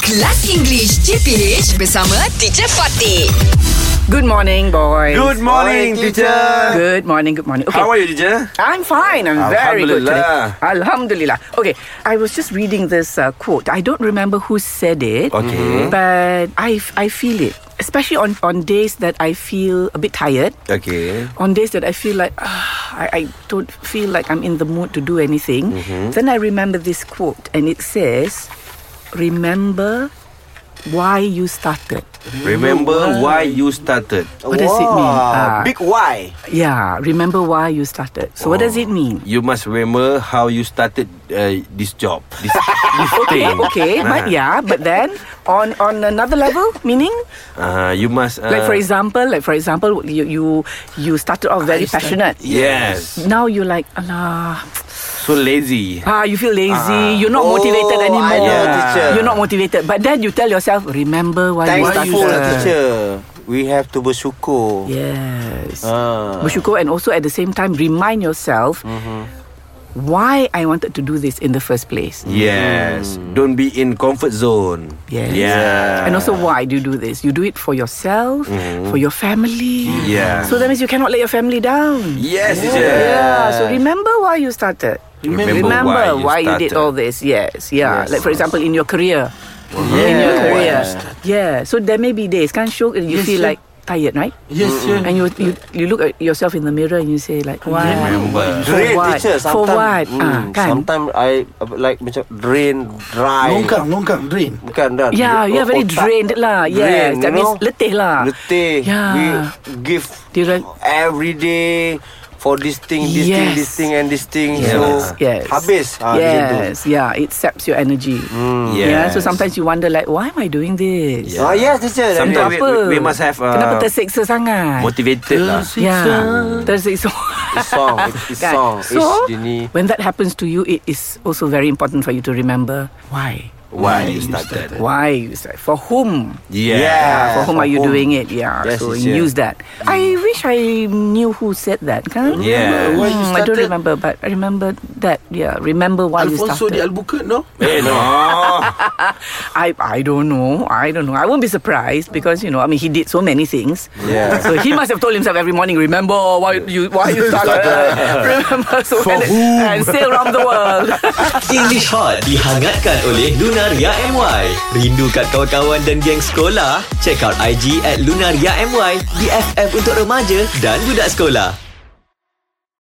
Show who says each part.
Speaker 1: Kelas English CPH bersama Teacher Fatih.
Speaker 2: Good morning, boys.
Speaker 3: Good morning, teacher.
Speaker 2: Good morning. Good morning. Okay.
Speaker 3: How are you, teacher?
Speaker 2: I'm fine. I'm very good today.
Speaker 3: Alhamdulillah.
Speaker 2: Alhamdulillah. Okay, I was just reading this uh, quote. I don't remember who said it, Mm-hmm.
Speaker 3: Okay.
Speaker 2: but I, I feel it, especially on, on days that I feel a bit tired,
Speaker 3: Okay.
Speaker 2: on days that I feel like ah, I, I don't feel like I'm in the mood to do anything.
Speaker 3: Mm-hmm.
Speaker 2: Then I remember this quote, and it says, Remember why you started.
Speaker 3: Remember why you started.
Speaker 2: What does it mean? Ah.
Speaker 4: Big Y.
Speaker 2: Yeah, remember why you started. So, what does it mean?
Speaker 3: You must remember how you started uh, this job, this, this
Speaker 4: Oh.
Speaker 2: Okay,
Speaker 3: thing. Ah.
Speaker 2: okay,
Speaker 4: Uh-huh.
Speaker 2: but yeah, but then on on another level, meaning
Speaker 3: Uh, you must. Uh,
Speaker 2: like for example, like for example, you you you started off very passionate.
Speaker 3: Yes.
Speaker 2: Now you're like, Allah,
Speaker 3: So lazy.
Speaker 2: ah, you feel lazy. you're not motivated
Speaker 4: Oh, I
Speaker 2: anymore.
Speaker 4: know,
Speaker 3: Yeah.
Speaker 4: teacher.
Speaker 2: You're not motivated. But then you tell yourself, remember why you started.
Speaker 4: Thankful lah teacher. We have to bersyukur.
Speaker 2: Yes.
Speaker 4: Ah.
Speaker 2: Bersyukur and also at the same time remind yourself
Speaker 4: Mm-hmm.
Speaker 2: why I wanted to do this in the first place.
Speaker 3: Yes. Don't be in comfort zone.
Speaker 2: Yes.
Speaker 3: Yeah.
Speaker 2: And also, why do you do this? You do it for yourself, for your family.
Speaker 3: Yeah.
Speaker 2: So that means you cannot let your family down.
Speaker 3: Yes, teacher.
Speaker 2: Yeah. So remember why you started.
Speaker 3: Remember
Speaker 2: remember
Speaker 3: why you
Speaker 2: why you did
Speaker 3: started.
Speaker 2: all this. Yes. Yeah. Like for example, in your career. In your
Speaker 4: Yeah.
Speaker 2: career. Yeah. So there may be days, can't show you feel like tired, right? Yes, And you, you you look at yourself in the mirror and you say like, why?
Speaker 3: Remember.
Speaker 2: For
Speaker 4: Drain
Speaker 2: what?
Speaker 4: teacher
Speaker 2: For
Speaker 4: sometime-
Speaker 2: what?
Speaker 4: Hmm,
Speaker 2: Ah, kan?
Speaker 4: Sometimes I uh, like macam drain dry. Kan,
Speaker 5: Longkang, longkang, drain.
Speaker 4: Bukan dah.
Speaker 2: Yeah, you are very drained lah. Yes,
Speaker 4: Drain,
Speaker 2: that
Speaker 4: you
Speaker 2: means
Speaker 4: know?
Speaker 2: letih lah.
Speaker 4: Letih.
Speaker 2: Yeah.
Speaker 4: We give
Speaker 2: Dia-
Speaker 4: every day for this thing, this thing,
Speaker 2: Yes.
Speaker 4: this thing and this thing.
Speaker 3: Yes.
Speaker 4: So
Speaker 2: Yes.
Speaker 4: habis. Ah, macam tu.
Speaker 2: yes. Yeah, it saps your energy. Hmm. Yeah.
Speaker 3: Hmm. Yes.
Speaker 2: So sometimes you wonder like, why am I doing this?
Speaker 4: Ah yes teacher.
Speaker 3: Sometimes we-
Speaker 2: Apa?
Speaker 3: we must have, uh,
Speaker 2: Kenapa tersiksa sangat?
Speaker 3: Motivated lah.
Speaker 2: Yeah. Tersiksa.
Speaker 4: It's song. It's
Speaker 2: Kan?
Speaker 4: song.
Speaker 2: So,
Speaker 4: It's jenis.
Speaker 2: when that happens to you, it is also very important for you to remember why.
Speaker 3: Why you started.
Speaker 2: Why? you start- For whom?
Speaker 3: Yeah.
Speaker 2: for whom
Speaker 4: for
Speaker 2: are you
Speaker 4: whom.
Speaker 2: doing it? Yeah.
Speaker 4: Yes,
Speaker 2: so
Speaker 4: yes, Mm.
Speaker 2: you
Speaker 4: yeah.
Speaker 2: use that. I wish I knew who said that. Can
Speaker 3: Yeah.
Speaker 2: I,
Speaker 5: Why you
Speaker 2: I don't
Speaker 5: started?
Speaker 2: remember, but I remember that. Yeah. Remember why you
Speaker 5: Alfonso di
Speaker 2: started.
Speaker 5: Albuquerque, no?
Speaker 3: Eh, no.
Speaker 2: I I don't know. I don't know. I won't be surprised because you know. I mean, he did so many things.
Speaker 4: Yeah.
Speaker 2: So he must have told himself every morning, remember why you why you started. remember so
Speaker 5: For
Speaker 2: and,
Speaker 5: whom?
Speaker 2: and sail around the world.
Speaker 6: English Hot dihangatkan oleh Lunaria MY. Rindu kat kawan-kawan dan geng sekolah? Check out IG at Lunaria MY, BFF untuk remaja dan budak sekolah.